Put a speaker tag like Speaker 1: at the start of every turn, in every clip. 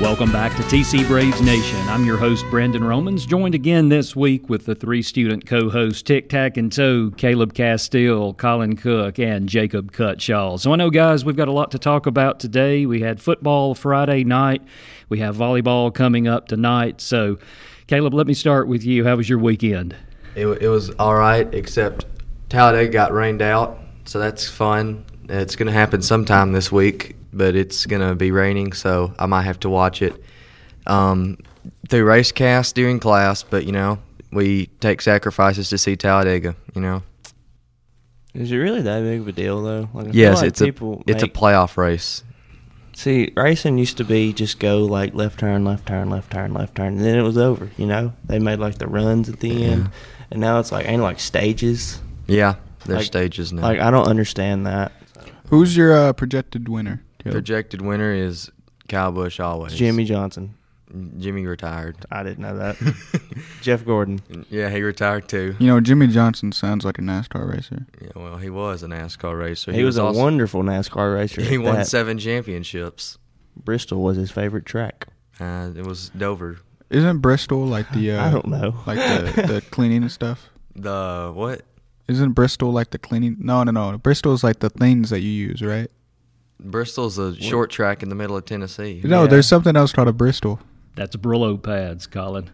Speaker 1: Welcome back to TC Braves Nation. I'm your host, Brandon Romans, joined again this week with the three student co hosts, Tic Tac and Toe, Caleb Castile, Colin Cook, and Jacob Cutshaw. So I know, guys, we've got a lot to talk about today. We had football Friday night, we have volleyball coming up tonight. So, Caleb, let me start with you. How was your weekend?
Speaker 2: It, wa- it was all right, except Talladega got rained out, so that's fun. It's going to happen sometime this week, but it's going to be raining, so I might have to watch it um, through Racecast during class. But you know, we take sacrifices to see Talladega. You know,
Speaker 3: Is it really that big of a deal though? Like, I feel
Speaker 2: yes,
Speaker 3: like
Speaker 2: it's a
Speaker 3: people
Speaker 2: it's a
Speaker 3: make-
Speaker 2: playoff race.
Speaker 3: See, racing used to be just go like left turn, left turn, left turn, left turn, and then it was over. You know, they made like the runs at the end, and now it's like ain't like stages.
Speaker 2: Yeah, there's
Speaker 3: Like-
Speaker 2: stages now.
Speaker 3: Like I don't understand that.
Speaker 4: Who's your uh, projected winner? Caleb?
Speaker 2: Projected winner is Kyle Busch always.
Speaker 3: Jimmy Johnson,
Speaker 2: Jimmy retired.
Speaker 3: I didn't know that. Jeff Gordon,
Speaker 2: Yeah, he retired too.
Speaker 4: you know, Jimmy Johnson sounds like a NASCAR racer.
Speaker 2: Yeah, well, he was a NASCAR racer.
Speaker 3: he, was, a
Speaker 2: also-
Speaker 3: wonderful NASCAR racer.
Speaker 2: He
Speaker 3: at
Speaker 2: won
Speaker 3: that.
Speaker 2: seven championships.
Speaker 3: Bristol was his favorite track.
Speaker 2: Uh, it was Dover.
Speaker 4: Isn't Bristol like the uh,
Speaker 3: I don't know.
Speaker 4: like the, the cleaning and stuff?
Speaker 2: The what?
Speaker 4: Isn't Bristol like the cleaning? No, no, no. Bristol's like the things that you use, right?
Speaker 2: Bristol's a short track in the middle of Tennessee.
Speaker 4: No,
Speaker 3: Yeah.
Speaker 4: there's something else called a Bristol.
Speaker 1: That's Brillo pads, Colin.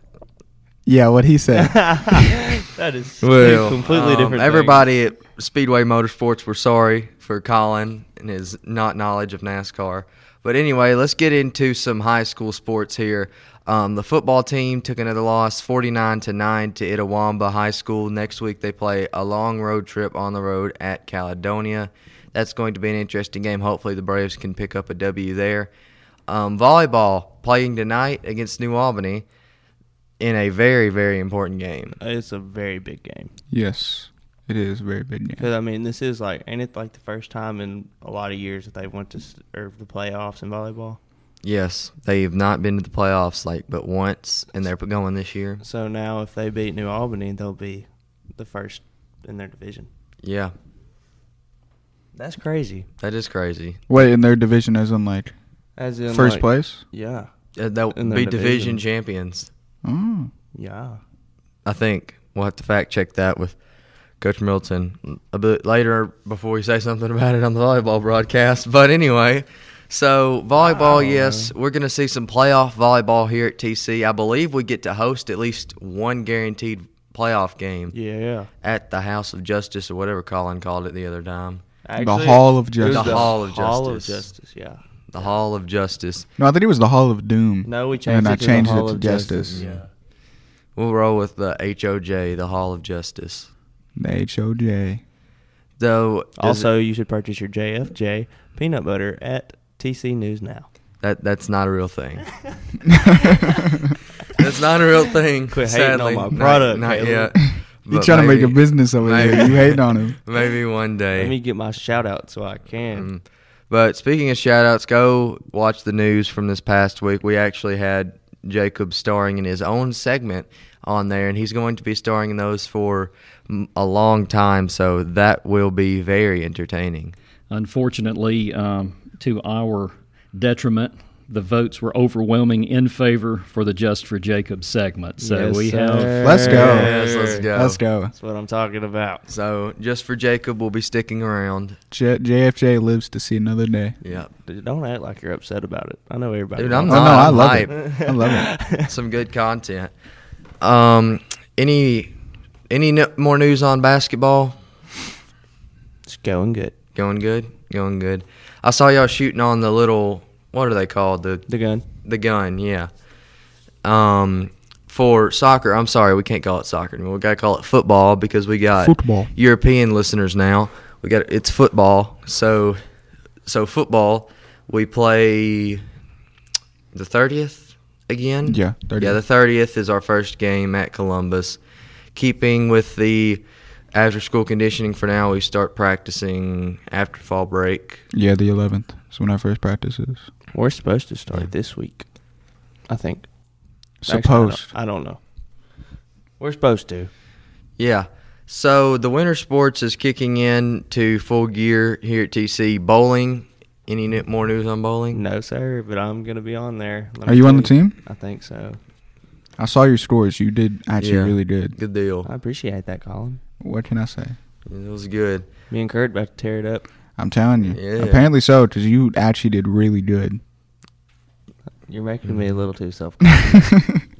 Speaker 4: Yeah, what he said.
Speaker 3: That is two completely
Speaker 2: um,
Speaker 3: different. things.
Speaker 2: Everybody at Speedway Motorsports were sorry for Colin and his not knowledge of NASCAR. But anyway, let's get into some high school sports here. Um, the football team took another loss, forty-nine to nine, to Itawamba High School. Next week they play a long road trip on the road at Caledonia. That's going to be an interesting game. Hopefully the Braves can pick up a W there. Um, volleyball playing tonight against New Albany in a very very important game.
Speaker 3: It's a very big game.
Speaker 4: yes, it is very big. Yeah.
Speaker 3: Because I mean, this is like, ain't it like the first time in a lot of years that they went to s- or the playoffs in volleyball?
Speaker 2: Yes, they have not been to the playoffs like but once, and they're going this year.
Speaker 3: So now, if they beat New Albany, they'll be the first in their division.
Speaker 2: Yeah,
Speaker 3: That's crazy.
Speaker 2: that is crazy.
Speaker 4: Wait, in their division as in like
Speaker 3: As in
Speaker 4: first
Speaker 3: like-
Speaker 4: place?
Speaker 3: Yeah,
Speaker 2: Uh, They'll
Speaker 3: In their
Speaker 2: be division
Speaker 3: division.
Speaker 2: champions,
Speaker 4: Oh,
Speaker 3: yeah.
Speaker 2: I think. We'll have to fact check that with Coach Milton a bit later before we say something about it on the volleyball broadcast. But anyway, so volleyball, yes, we're going to see some playoff volleyball here at TC. I believe we get to host at least one guaranteed playoff game
Speaker 3: Yeah, yeah.
Speaker 2: at the House of Justice or whatever Colin called it the other time.
Speaker 3: Actually,
Speaker 4: Hall of
Speaker 3: it was
Speaker 4: Justice.
Speaker 2: The Hall of
Speaker 3: Hall of
Speaker 2: Justice.
Speaker 3: Justice, yeah.
Speaker 2: The Hall of Justice.
Speaker 4: no, I thought it was the Hall of Doom.
Speaker 3: No, we
Speaker 4: and
Speaker 3: changed
Speaker 4: then I
Speaker 3: it to the
Speaker 4: changed
Speaker 3: Hall
Speaker 4: it to
Speaker 3: of
Speaker 4: Justice.
Speaker 3: Justice.
Speaker 2: We'll roll with the HOJ, the Hall of Justice.
Speaker 4: The H O J.
Speaker 2: Though does
Speaker 3: Also, you should purchase your JFJ peanut butter at TC News now.
Speaker 2: it- that that's not a real thing. that's not a real thing.
Speaker 3: Quit hating
Speaker 2: sadly.
Speaker 3: on my
Speaker 2: Not-
Speaker 3: product,
Speaker 2: Not,
Speaker 3: Caleb.
Speaker 2: yet.
Speaker 4: You
Speaker 2: But
Speaker 4: trying to make a
Speaker 2: maybe-
Speaker 4: business over there?
Speaker 2: maybe-
Speaker 4: You hating on him?
Speaker 2: Maybe one
Speaker 3: Let me
Speaker 2: day.
Speaker 3: get my shout out so I can.
Speaker 2: But speaking of shout outs, go watch the news from this past week. We actually had Jacob starring in his own segment on there, and he's going to be starring in those for mm, a long time. So that will be very entertaining.
Speaker 1: Unfortunately, um, to our detriment, the votes were overwhelming in favor for the Just for Jacob segment. So
Speaker 3: Yes,
Speaker 1: we
Speaker 3: sir.
Speaker 1: have
Speaker 4: Let's go.
Speaker 2: Yes, let's go.
Speaker 4: Let's go.
Speaker 3: That's what I'm talking about.
Speaker 2: So just for Jacob, we'll be sticking around.
Speaker 4: J- JFJ lives to see another day.
Speaker 2: Yep.
Speaker 3: Dude, don't act like you're upset about it. I know everybody.
Speaker 2: Dude, I'm
Speaker 3: knows.
Speaker 4: Oh no,
Speaker 2: not.
Speaker 4: I
Speaker 2: I'm
Speaker 4: love
Speaker 2: hype.
Speaker 4: it. I love it.
Speaker 2: Some good content. Um, any any no- more news on basketball?
Speaker 3: It's going good.
Speaker 2: Going good. Going good. I saw y'all shooting on the little what are they called? The
Speaker 3: The gun.
Speaker 2: the gun. Yeah. Um, for soccer. I'm sorry, we can't call it soccer anymore. We gotta call it football because we got
Speaker 4: Football.
Speaker 2: European listeners now. We got it's football. So so football. We play the thirtieth again.
Speaker 4: Yeah, 30th.
Speaker 2: yeah. The thirtieth is our first game at Columbus. Keeping with the after school conditioning for now, we start practicing after fall break.
Speaker 4: Yeah, the 11th is when our first practice is.
Speaker 3: We're supposed to start this week. I think. Actually, I
Speaker 4: Supposed.
Speaker 3: don't- I don't, know. We're supposed to.
Speaker 2: Yeah. So the winter sports is kicking in to full gear here at TC. Bowling Any ni- more news on bowling?
Speaker 3: No, sir, but I'm gonna be on there. Let
Speaker 4: Are
Speaker 3: me
Speaker 4: you on the
Speaker 3: tell
Speaker 4: team?
Speaker 3: I think so.
Speaker 4: I saw your scores. You did actually
Speaker 2: Yeah.
Speaker 4: really good. Uh,
Speaker 2: Good deal.
Speaker 3: I appreciate that, Colin.
Speaker 4: What can I say?
Speaker 2: It was good.
Speaker 3: Me and Kurt about to tear it up.
Speaker 4: I'm telling you.
Speaker 2: Yeah.
Speaker 4: Apparently so, because you actually did really good.
Speaker 3: You're making me a little too self.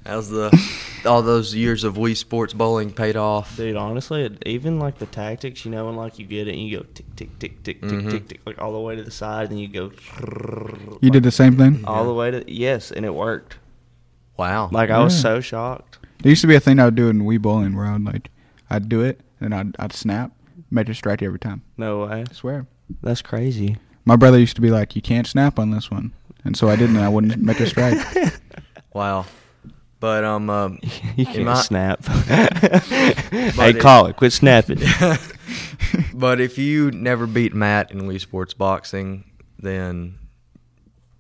Speaker 2: How's the all those years of Wii Sports bowling paid off?
Speaker 3: Dude, honestly, it, even like the tactics, you know, when like you get it and you go tick tick tick tick tick
Speaker 2: Mhm.
Speaker 3: tick tick like all the way to the side, and then you go.
Speaker 4: You did the same thing.
Speaker 2: Oh.
Speaker 3: all the way to yes, and it worked.
Speaker 2: Wow.
Speaker 3: Like I was
Speaker 4: Yeah.
Speaker 3: so shocked.
Speaker 4: There used to be a thing I would do in Wii bowling where I'd like, I'd do it and I'd, I'd snap, make a strike every time.
Speaker 3: No way.
Speaker 4: I swear.
Speaker 3: That's crazy.
Speaker 4: My brother used to be like, "You can't snap on this one," and so I didn't. and I wouldn't make a strike.
Speaker 2: Wow. But um, uh,
Speaker 3: You
Speaker 2: Am
Speaker 3: can't
Speaker 2: I-
Speaker 3: snap. hey,
Speaker 2: But it-
Speaker 3: call it. Quit snapping.
Speaker 2: but if you never beat Matt in Wii Sports boxing, then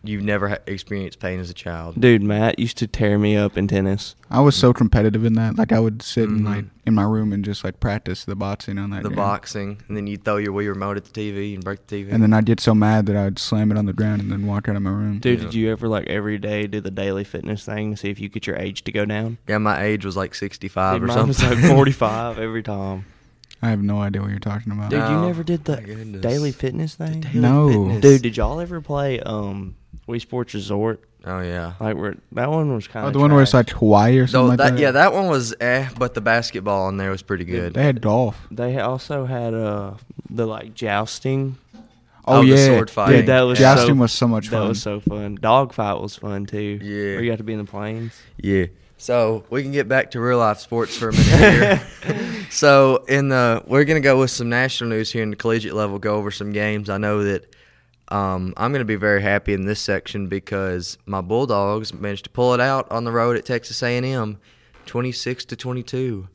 Speaker 2: you've never ha- experienced pain as a child.
Speaker 3: Dude, Matt used to tear me up in tennis.
Speaker 4: I was so competitive in that. Like I would sit in
Speaker 2: Mhm.
Speaker 4: like in my room and just like practice the boxing on that.
Speaker 2: The
Speaker 4: game.
Speaker 2: boxing, and then you throw your Wii remote at the TV and break the TV.
Speaker 4: And then I'd get so mad that I'd slam it on the ground and then walk out of my room.
Speaker 3: Dude,
Speaker 2: Yeah.
Speaker 3: did you ever like every day do the daily fitness thing to see if you get your age to go down?
Speaker 2: yeah, my age was like sixty-five
Speaker 3: Dude,
Speaker 2: or
Speaker 3: mine
Speaker 2: something.
Speaker 3: was like 45 every time.
Speaker 4: I have no idea what you're talking about.
Speaker 3: Dude, you
Speaker 2: No.
Speaker 3: never did the
Speaker 2: My goodness.
Speaker 3: daily fitness thing?
Speaker 2: Daily
Speaker 4: No.
Speaker 2: fitness.
Speaker 3: Dude, did y'all ever play um Wii Sports Resort?
Speaker 2: Oh yeah.
Speaker 3: Like where that one was kind
Speaker 4: Oh,
Speaker 3: of
Speaker 4: the one where it's like Hawaii or something
Speaker 2: So
Speaker 4: like
Speaker 2: that,
Speaker 4: that.
Speaker 2: yeah, that one was eh, but the basketball in there was pretty good.
Speaker 4: They had golf.
Speaker 3: they also had uh the like jousting.
Speaker 4: Oh,
Speaker 2: Oh, the
Speaker 4: yeah,
Speaker 2: sword fight.
Speaker 4: Yeah,
Speaker 3: Dude, that was
Speaker 4: jousting
Speaker 3: so,
Speaker 4: was so much
Speaker 3: that
Speaker 4: fun.
Speaker 3: was so fun. Dogfight was fun too.
Speaker 2: Yeah.
Speaker 3: where you got to be in the planes.
Speaker 2: Yeah. So we can get back to real life sports for a minute here. so in the we're gonna go with some national news here in the collegiate level. Go over some games. I know that um, I'm gonna be very happy in this section because my Bulldogs managed to pull it out on the road at Texas A&M, 26 to 22.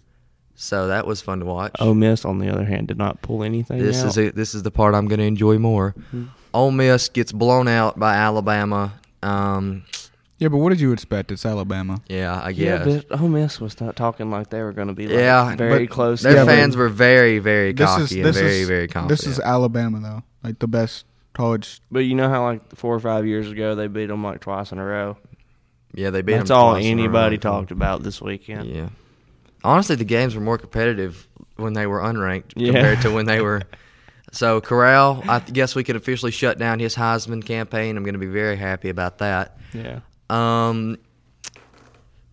Speaker 2: So that was fun to watch.
Speaker 3: Ole Miss, on the other hand, did not pull anything.
Speaker 2: This
Speaker 3: out.
Speaker 2: is it. This is the part I'm going to enjoy more.
Speaker 3: Mm-hmm.
Speaker 2: Ole Miss gets blown out by Alabama. Um,
Speaker 4: yeah, but what did you expect? It's Alabama.
Speaker 2: yeah, I
Speaker 3: Yeah,
Speaker 2: guess.
Speaker 3: but Ole Miss was not talking like they were going to be like,
Speaker 2: Yeah,
Speaker 3: very
Speaker 4: but
Speaker 3: close.
Speaker 2: Their
Speaker 4: Yeah,
Speaker 3: to
Speaker 4: but-
Speaker 2: fans were very, very cocky and very,
Speaker 4: is,
Speaker 2: very confident.
Speaker 4: This is Alabama though, like the best college.
Speaker 3: But you know how like four or five years ago they beat them like twice in a row.
Speaker 2: yeah, they beat
Speaker 3: That's
Speaker 2: them
Speaker 3: all
Speaker 2: twice in a
Speaker 3: anybody
Speaker 2: row.
Speaker 3: talked about this weekend.
Speaker 2: Yeah. Honestly, the games were more competitive when they were unranked
Speaker 3: Yeah.
Speaker 2: compared to when they were. So Corral, I guess we could officially shut down his Heisman campaign. I'm going to be very happy about that.
Speaker 3: Yeah.
Speaker 2: Um,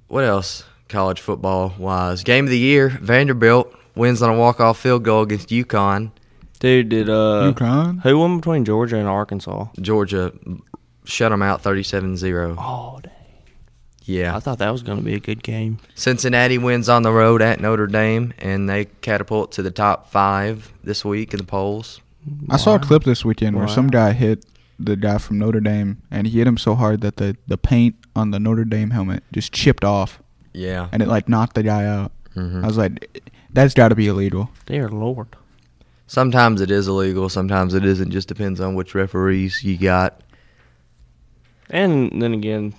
Speaker 2: what else? College football wise, game of the year: Vanderbilt wins on a walk-off field goal against UConn.
Speaker 3: Dude, did uh,
Speaker 4: UConn?
Speaker 3: who won between Georgia and Arkansas?
Speaker 2: Georgia shut them out 37-0.
Speaker 3: Oh, dang. I
Speaker 2: Yeah,
Speaker 3: thought that was going to be a good game.
Speaker 2: Cincinnati wins on the road at Notre Dame, and they catapult to the top five this week in the polls.
Speaker 4: I saw a
Speaker 3: Wow.
Speaker 4: clip this weekend where some
Speaker 3: Wow.
Speaker 4: guy hit the guy from Notre Dame, and he hit him so hard that the the paint on the Notre Dame helmet just chipped off,
Speaker 2: Yeah,
Speaker 4: and it like knocked the guy out.
Speaker 2: Mhm.
Speaker 3: Mm-hmm.
Speaker 4: I was like, that's got to be illegal.
Speaker 3: Dear Lord.
Speaker 2: sometimes it is illegal, sometimes it isn't. Just depends on which referees you got.
Speaker 3: And then again,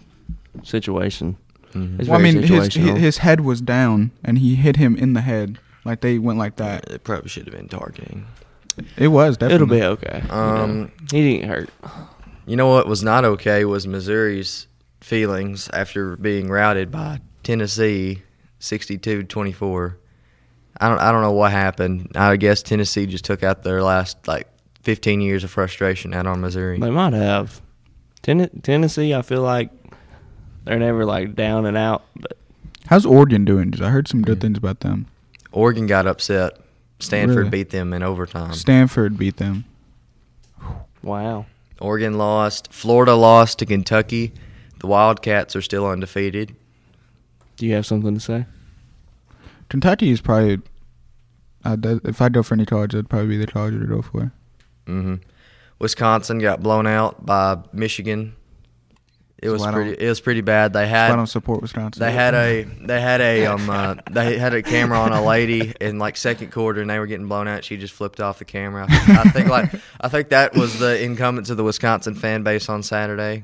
Speaker 3: situation.
Speaker 2: Mhm.
Speaker 3: It's
Speaker 4: Well, I
Speaker 3: very
Speaker 4: mean, his,
Speaker 3: situational.
Speaker 4: his his head was down, and he hit him in the head. Like they went like that.
Speaker 2: It probably should have been targeting.
Speaker 4: It was
Speaker 3: It'll
Speaker 4: definitely.
Speaker 3: be okay. you
Speaker 2: Um,
Speaker 3: know. he didn't hurt.
Speaker 2: You know what was not okay was Missouri's feelings after being routed by Tennessee 62-24. I don't I don't know what happened. I guess Tennessee just took out their last like 15 years of frustration out on Missouri.
Speaker 3: They might have. Ten- Tennessee, I feel like they're never like down and out, but
Speaker 4: How's Oregon doing? 'Cause I heard some
Speaker 3: Mm.
Speaker 4: good things about them.
Speaker 2: Oregon got upset. Stanford
Speaker 4: Really?
Speaker 2: beat them in
Speaker 3: Um,
Speaker 2: overtime.
Speaker 4: Stanford beat them.
Speaker 3: wow.
Speaker 2: Oregon lost. Florida lost to Kentucky. The Wildcats are still undefeated.
Speaker 3: Do you have something to say?
Speaker 4: Kentucky is probably. Uh, that, if I go for any college, that'd probably be the college to go for.
Speaker 2: hmm Wisconsin got blown out by Michigan. It
Speaker 4: So
Speaker 2: was
Speaker 4: why don't-
Speaker 2: pretty. It was pretty bad. They
Speaker 4: I
Speaker 2: had
Speaker 4: don't support Wisconsin.
Speaker 2: They had a they had a um uh, they had a camera on a lady in like second quarter and they were getting blown out. She just flipped off the camera. I think like I think that was the incumbents of the Wisconsin fan base on Saturday.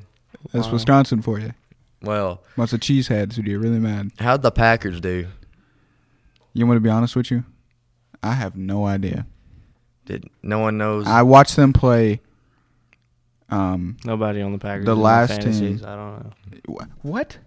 Speaker 3: Um,
Speaker 4: That's Wisconsin for you.
Speaker 2: Well,
Speaker 4: Bunch of cheeseheads who get really mad.
Speaker 2: how'd the Packers do?
Speaker 4: You want me to be honest with you? I have no idea.
Speaker 2: Did no one knows?
Speaker 4: I watched them play Um,
Speaker 3: Nobody on the Packers.
Speaker 4: The
Speaker 3: is in
Speaker 4: last
Speaker 3: fantasies.
Speaker 4: team.
Speaker 3: I don't know
Speaker 4: wh- what,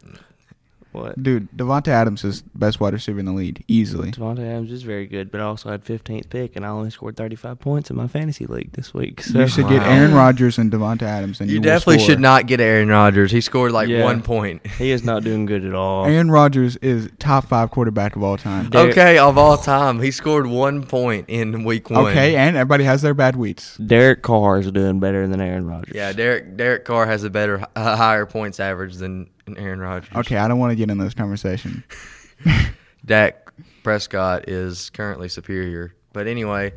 Speaker 3: what.
Speaker 4: dude? Devonta Adams is best wide receiver in the league easily.
Speaker 3: Devontae Adams is very good, but I also had 15th pick, and I only scored 35 points in my fantasy league this week. So
Speaker 4: You should get
Speaker 2: Wow.
Speaker 4: Aaron Rodgers and Devonta Adams, and
Speaker 2: You,
Speaker 4: you, will
Speaker 2: definitely
Speaker 4: score.
Speaker 2: should not get Aaron Rodgers. He scored like
Speaker 3: Yeah.
Speaker 2: one point.
Speaker 3: He is not doing good at all.
Speaker 4: Aaron Rodgers is top five quarterback of all time.
Speaker 3: Derek-
Speaker 2: okay, of all time, he scored one point in week one.
Speaker 4: Okay, and everybody has their bad weeks.
Speaker 3: Derek Carr is doing better than Aaron Rodgers.
Speaker 2: Yeah, Derek Derek Carr has a better, a higher points average than Aaron Rodgers.
Speaker 4: Okay, I don't want to get in this conversation.
Speaker 2: Dak Prescott is currently superior. But anyway,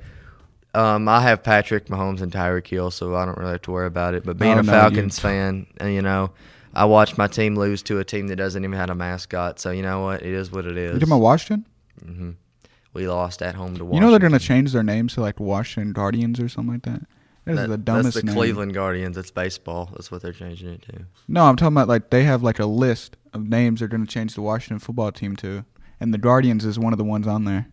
Speaker 2: um, I have Patrick Mahomes and Tyreek Hill, so I don't really have to worry about it. But being
Speaker 4: Oh,
Speaker 2: a
Speaker 4: no, you-
Speaker 2: Falcons fan, uh, you know, I watched my team lose to a team that doesn't even have a mascot. So you know what? It is what it
Speaker 4: You
Speaker 2: is.
Speaker 4: talking about Washington?
Speaker 2: hmm We lost at home to Washington.
Speaker 4: You know they're gonna change their names to like Washington Guardians or something like that. That is
Speaker 2: That-
Speaker 4: the dumbest
Speaker 2: That's the
Speaker 4: name.
Speaker 2: Cleveland Guardians. That's baseball. That's what they're changing it to.
Speaker 4: No, I'm talking about like they have like a list of names they're gonna change the Washington football team to, and the Guardians is one of the ones on there.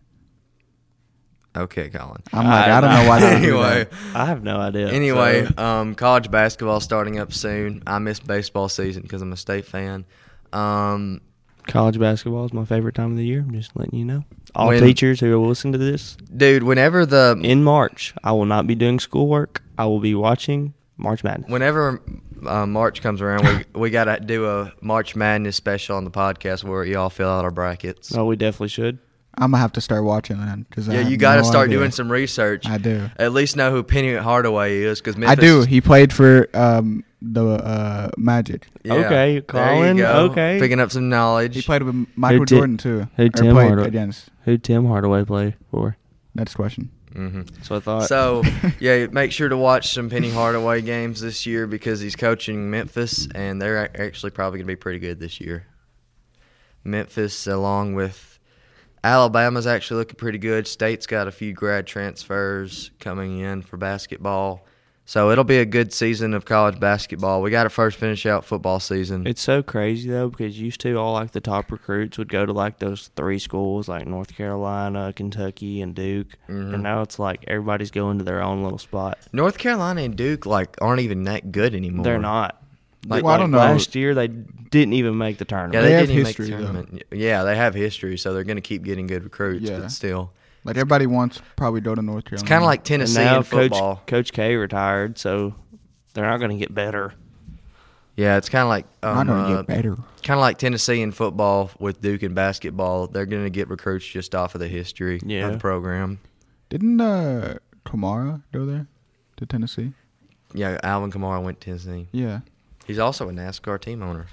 Speaker 2: Okay, Colin.
Speaker 4: I'm like, I,
Speaker 3: I-
Speaker 4: don't know Oh, why. They do
Speaker 2: anyway,
Speaker 4: that.
Speaker 3: I have no idea.
Speaker 2: anyway,
Speaker 3: So,
Speaker 2: um, college basketball starting up soon. I miss baseball season because I'm a state fan. Um,
Speaker 3: college basketball is my favorite time of the year. I'm just letting you know. All
Speaker 2: When-
Speaker 3: teachers who will listen to this
Speaker 2: dude, whenever the
Speaker 3: in March, I will not be doing schoolwork. I will be watching March Madness.
Speaker 2: whenever uh, March comes around, we we gotta do a March Madness special on the podcast where y'all fill out our brackets.
Speaker 3: Oh, we definitely should.
Speaker 4: I'm gonna have to start watching then. 'cause I
Speaker 2: Yeah,
Speaker 4: have
Speaker 2: you got to
Speaker 4: no
Speaker 2: start
Speaker 4: idea.
Speaker 2: doing some research.
Speaker 4: I do.
Speaker 2: At least know who Penny Hardaway is, because
Speaker 4: I do. He played for um, the uh, Magic.
Speaker 3: Okay, Colin, okay.
Speaker 2: Picking up some knowledge.
Speaker 4: He played with Michael
Speaker 3: Tim-
Speaker 4: Jordan too.
Speaker 3: who
Speaker 4: or
Speaker 3: Tim
Speaker 4: played
Speaker 3: Hardaway-
Speaker 4: against.
Speaker 3: Who Tim Hardaway play for?
Speaker 4: Next question.
Speaker 2: hmm
Speaker 3: That's what I thought.
Speaker 2: So yeah, make sure to watch some Penny Hardaway games this year because he's coaching Memphis, and they're ac- actually probably going to be pretty good this year. Memphis, along with Alabama's actually looking pretty good. State's got a few grad transfers coming in for basketball, so it'll be a good season of college basketball. We got to first finish out football season.
Speaker 3: It's so crazy though because used to all like the top recruits would go to like those three schools like North Carolina, Kentucky, and Duke,
Speaker 2: Mm-hmm.
Speaker 3: and now it's like everybody's going to their own little spot.
Speaker 2: North Carolina and Duke like aren't even that good anymore.
Speaker 3: They're
Speaker 2: Like-
Speaker 3: not. Like,
Speaker 4: Well, I don't know.
Speaker 3: Last year they didn't even make the
Speaker 2: Yeah,
Speaker 3: tournament.
Speaker 2: they,
Speaker 4: They have
Speaker 2: didn't even make the
Speaker 4: history, though.
Speaker 2: tournament. Yeah, they have history, so they're going to keep getting good recruits.
Speaker 4: Yeah.
Speaker 2: But still,
Speaker 4: Like everybody wants probably go to North Carolina.
Speaker 2: it's kind of like
Speaker 3: Mm. and
Speaker 2: Tennessee
Speaker 3: now
Speaker 2: in
Speaker 3: Coach
Speaker 2: football.
Speaker 3: Coach K retired, so they're not going to get better.
Speaker 2: Yeah, it's kind of like
Speaker 4: I'm
Speaker 2: um,
Speaker 4: not gonna
Speaker 2: uh,
Speaker 4: get better.
Speaker 2: kind of like Tennessee in football with Duke and basketball. They're going to get recruits just off of the history
Speaker 3: Yeah.
Speaker 2: of the program.
Speaker 4: Didn't uh, Kamara go there to Tennessee?
Speaker 2: Yeah, Alvin Kamara went to Tennessee.
Speaker 4: Yeah.
Speaker 2: He's also a NASCAR team owner.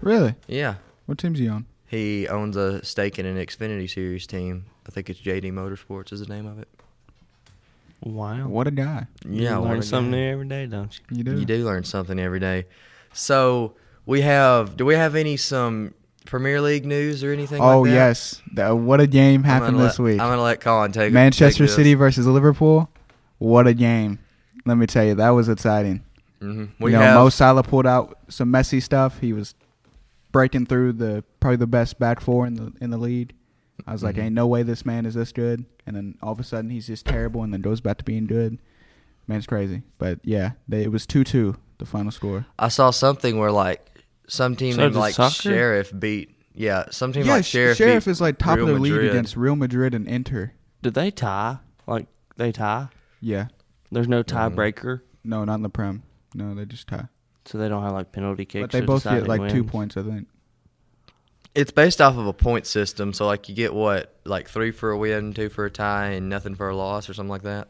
Speaker 4: Really?
Speaker 2: Yeah,
Speaker 4: What team's he on?
Speaker 2: he owns a stake in an Xfinity Series team. I think it's JD Motorsports is the name of it.
Speaker 3: Wow,
Speaker 4: What a guy.
Speaker 3: You
Speaker 2: Yeah, what a
Speaker 3: learn something
Speaker 2: guy.
Speaker 3: new every day, don't you?
Speaker 4: You do.
Speaker 2: You do learn something every day. So we have. Do we have any some Premier League news or anything?
Speaker 4: Oh
Speaker 2: like that?
Speaker 4: yes. The- what a game
Speaker 2: I'm
Speaker 4: happened
Speaker 2: gonna
Speaker 4: this
Speaker 2: let-
Speaker 4: week.
Speaker 2: I'm going to let Colin take take
Speaker 4: Manchester
Speaker 2: this.
Speaker 4: City versus Liverpool. What a game. Let me tell you, that was exciting.
Speaker 2: Mhm.
Speaker 4: We
Speaker 2: We
Speaker 4: you know,
Speaker 2: have
Speaker 4: Mo Salah pulled out some messy stuff. He was breaking through the probably the best back four in the in the league. I was like,
Speaker 2: Mhm.
Speaker 4: ain't no way this man is this good. And then all of a sudden, he's just terrible, and then goes back to being good. Man's crazy. But yeah, they, it was two two the final score.
Speaker 2: I saw something where like some team
Speaker 3: So
Speaker 2: named
Speaker 3: did
Speaker 2: like
Speaker 3: soccer?
Speaker 2: Sheriff beat yeah some team
Speaker 4: yeah,
Speaker 2: like
Speaker 4: Sh-
Speaker 2: Sheriff.
Speaker 4: Sheriff
Speaker 2: beat
Speaker 4: is like top
Speaker 2: Real
Speaker 4: of the league
Speaker 2: Madrid.
Speaker 4: against Real Madrid and Inter.
Speaker 3: Did they tie? Like they tie?
Speaker 4: Yeah,
Speaker 3: There's no tiebreaker,
Speaker 4: no, not in the prem. No, they just tie.
Speaker 3: so they don't have like penalty kicks.
Speaker 4: But they
Speaker 3: to
Speaker 4: both
Speaker 3: decide
Speaker 4: get
Speaker 3: who
Speaker 4: like two
Speaker 3: wins.
Speaker 4: points, I think.
Speaker 2: It's based off of a point system, so like you get what like three for a win, two for a tie, and nothing for a loss or something like that.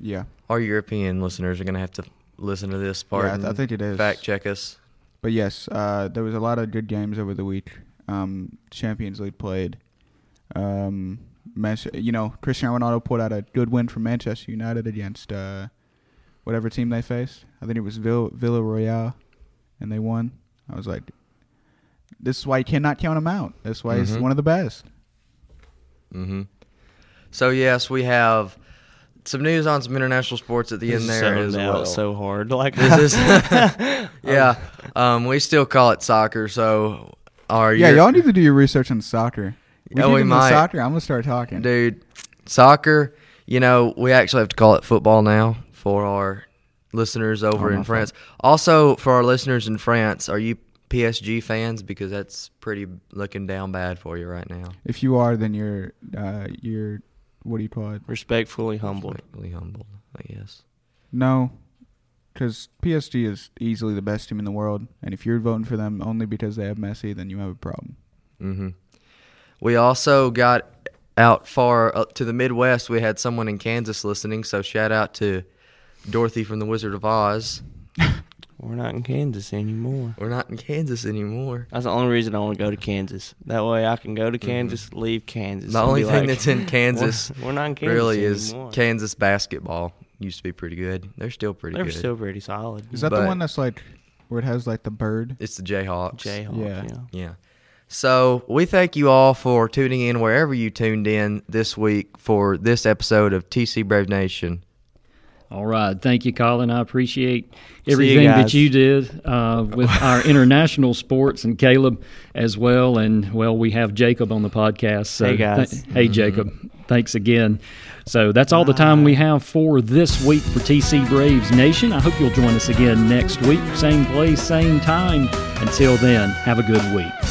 Speaker 4: Yeah,
Speaker 2: Our European listeners are gonna have to listen to this part.
Speaker 4: Yeah, I th- I
Speaker 2: and
Speaker 4: think it is.
Speaker 2: Fact check us.
Speaker 4: But yes, uh, there was a lot of good games over the week. Um, Champions League played. Um, Manche- you know, Cristiano Ronaldo pulled out a good win for Manchester United against uh, whatever team they faced. I think it was Vill- Villa Royale, and they won. I was like, this is why you cannot count him out. That's why he's
Speaker 2: Mhm.
Speaker 4: one of the best.
Speaker 2: hmm So yes, we have some news on some international sports at the
Speaker 3: This
Speaker 2: end
Speaker 3: is
Speaker 2: there
Speaker 3: zoned
Speaker 2: as
Speaker 3: out
Speaker 2: well.
Speaker 3: so hard. Like
Speaker 2: this is yeah. Um, we still call it soccer. So our
Speaker 4: Yeah,
Speaker 2: Euro-
Speaker 4: y'all need to do your research on soccer. We
Speaker 2: Yeah,
Speaker 4: get
Speaker 2: we
Speaker 4: into
Speaker 2: might.
Speaker 4: soccer. I'm gonna start talking.
Speaker 2: dude. Soccer, you know, we actually have to call it football now for our listeners over
Speaker 4: Oh,
Speaker 2: in
Speaker 4: my
Speaker 2: France. Also, for our listeners in France, are you PSG fans? Because that's pretty looking down bad for you right now.
Speaker 4: If you are, then you're uh, you're what do you call it?
Speaker 3: Respectfully humbled.
Speaker 2: Really humbled, I guess.
Speaker 4: No, because PSG is easily the best team in the world, and if you're voting for them only because they have Messi, then you have a problem.
Speaker 2: hmm We also got out far up to the Midwest. We had someone in Kansas listening, so shout out to Dorothy from the Wizard of Oz.
Speaker 3: We're not in Kansas anymore.
Speaker 2: We're not in Kansas anymore.
Speaker 3: That's the only reason I want to go to Kansas. That way I can go to Kansas, leave Kansas.
Speaker 2: Mm-hmm. The
Speaker 3: and
Speaker 2: only
Speaker 3: be
Speaker 2: thing
Speaker 3: like,
Speaker 2: that's in Kansas
Speaker 3: We're, we're not in Kansas
Speaker 2: really is
Speaker 3: anymore.
Speaker 2: Kansas basketball. Used to be pretty good. They're still pretty
Speaker 3: They're
Speaker 2: good.
Speaker 3: still pretty solid.
Speaker 4: Is that
Speaker 2: But-
Speaker 4: the one that's like where it has like the bird?
Speaker 2: it's the Jayhawks.
Speaker 3: Jayhawk,
Speaker 4: Yeah.
Speaker 3: yeah.
Speaker 2: Yeah. So we thank you all for tuning in wherever you tuned in this week for this episode of TC Brave Nation.
Speaker 1: All right. Thank you, Colin. I appreciate
Speaker 3: you
Speaker 1: everything that
Speaker 3: guys.
Speaker 1: you did uh, with our international sports and Caleb as well. And, well, we have Jacob on the podcast. So
Speaker 3: Hey, guys. Mm-hmm.
Speaker 1: th- hey, Jacob. Thanks again. So that's all the time we have for this week for TC Braves Nation. I hope you'll join us again next week, same place, same time. Until then, have a good week.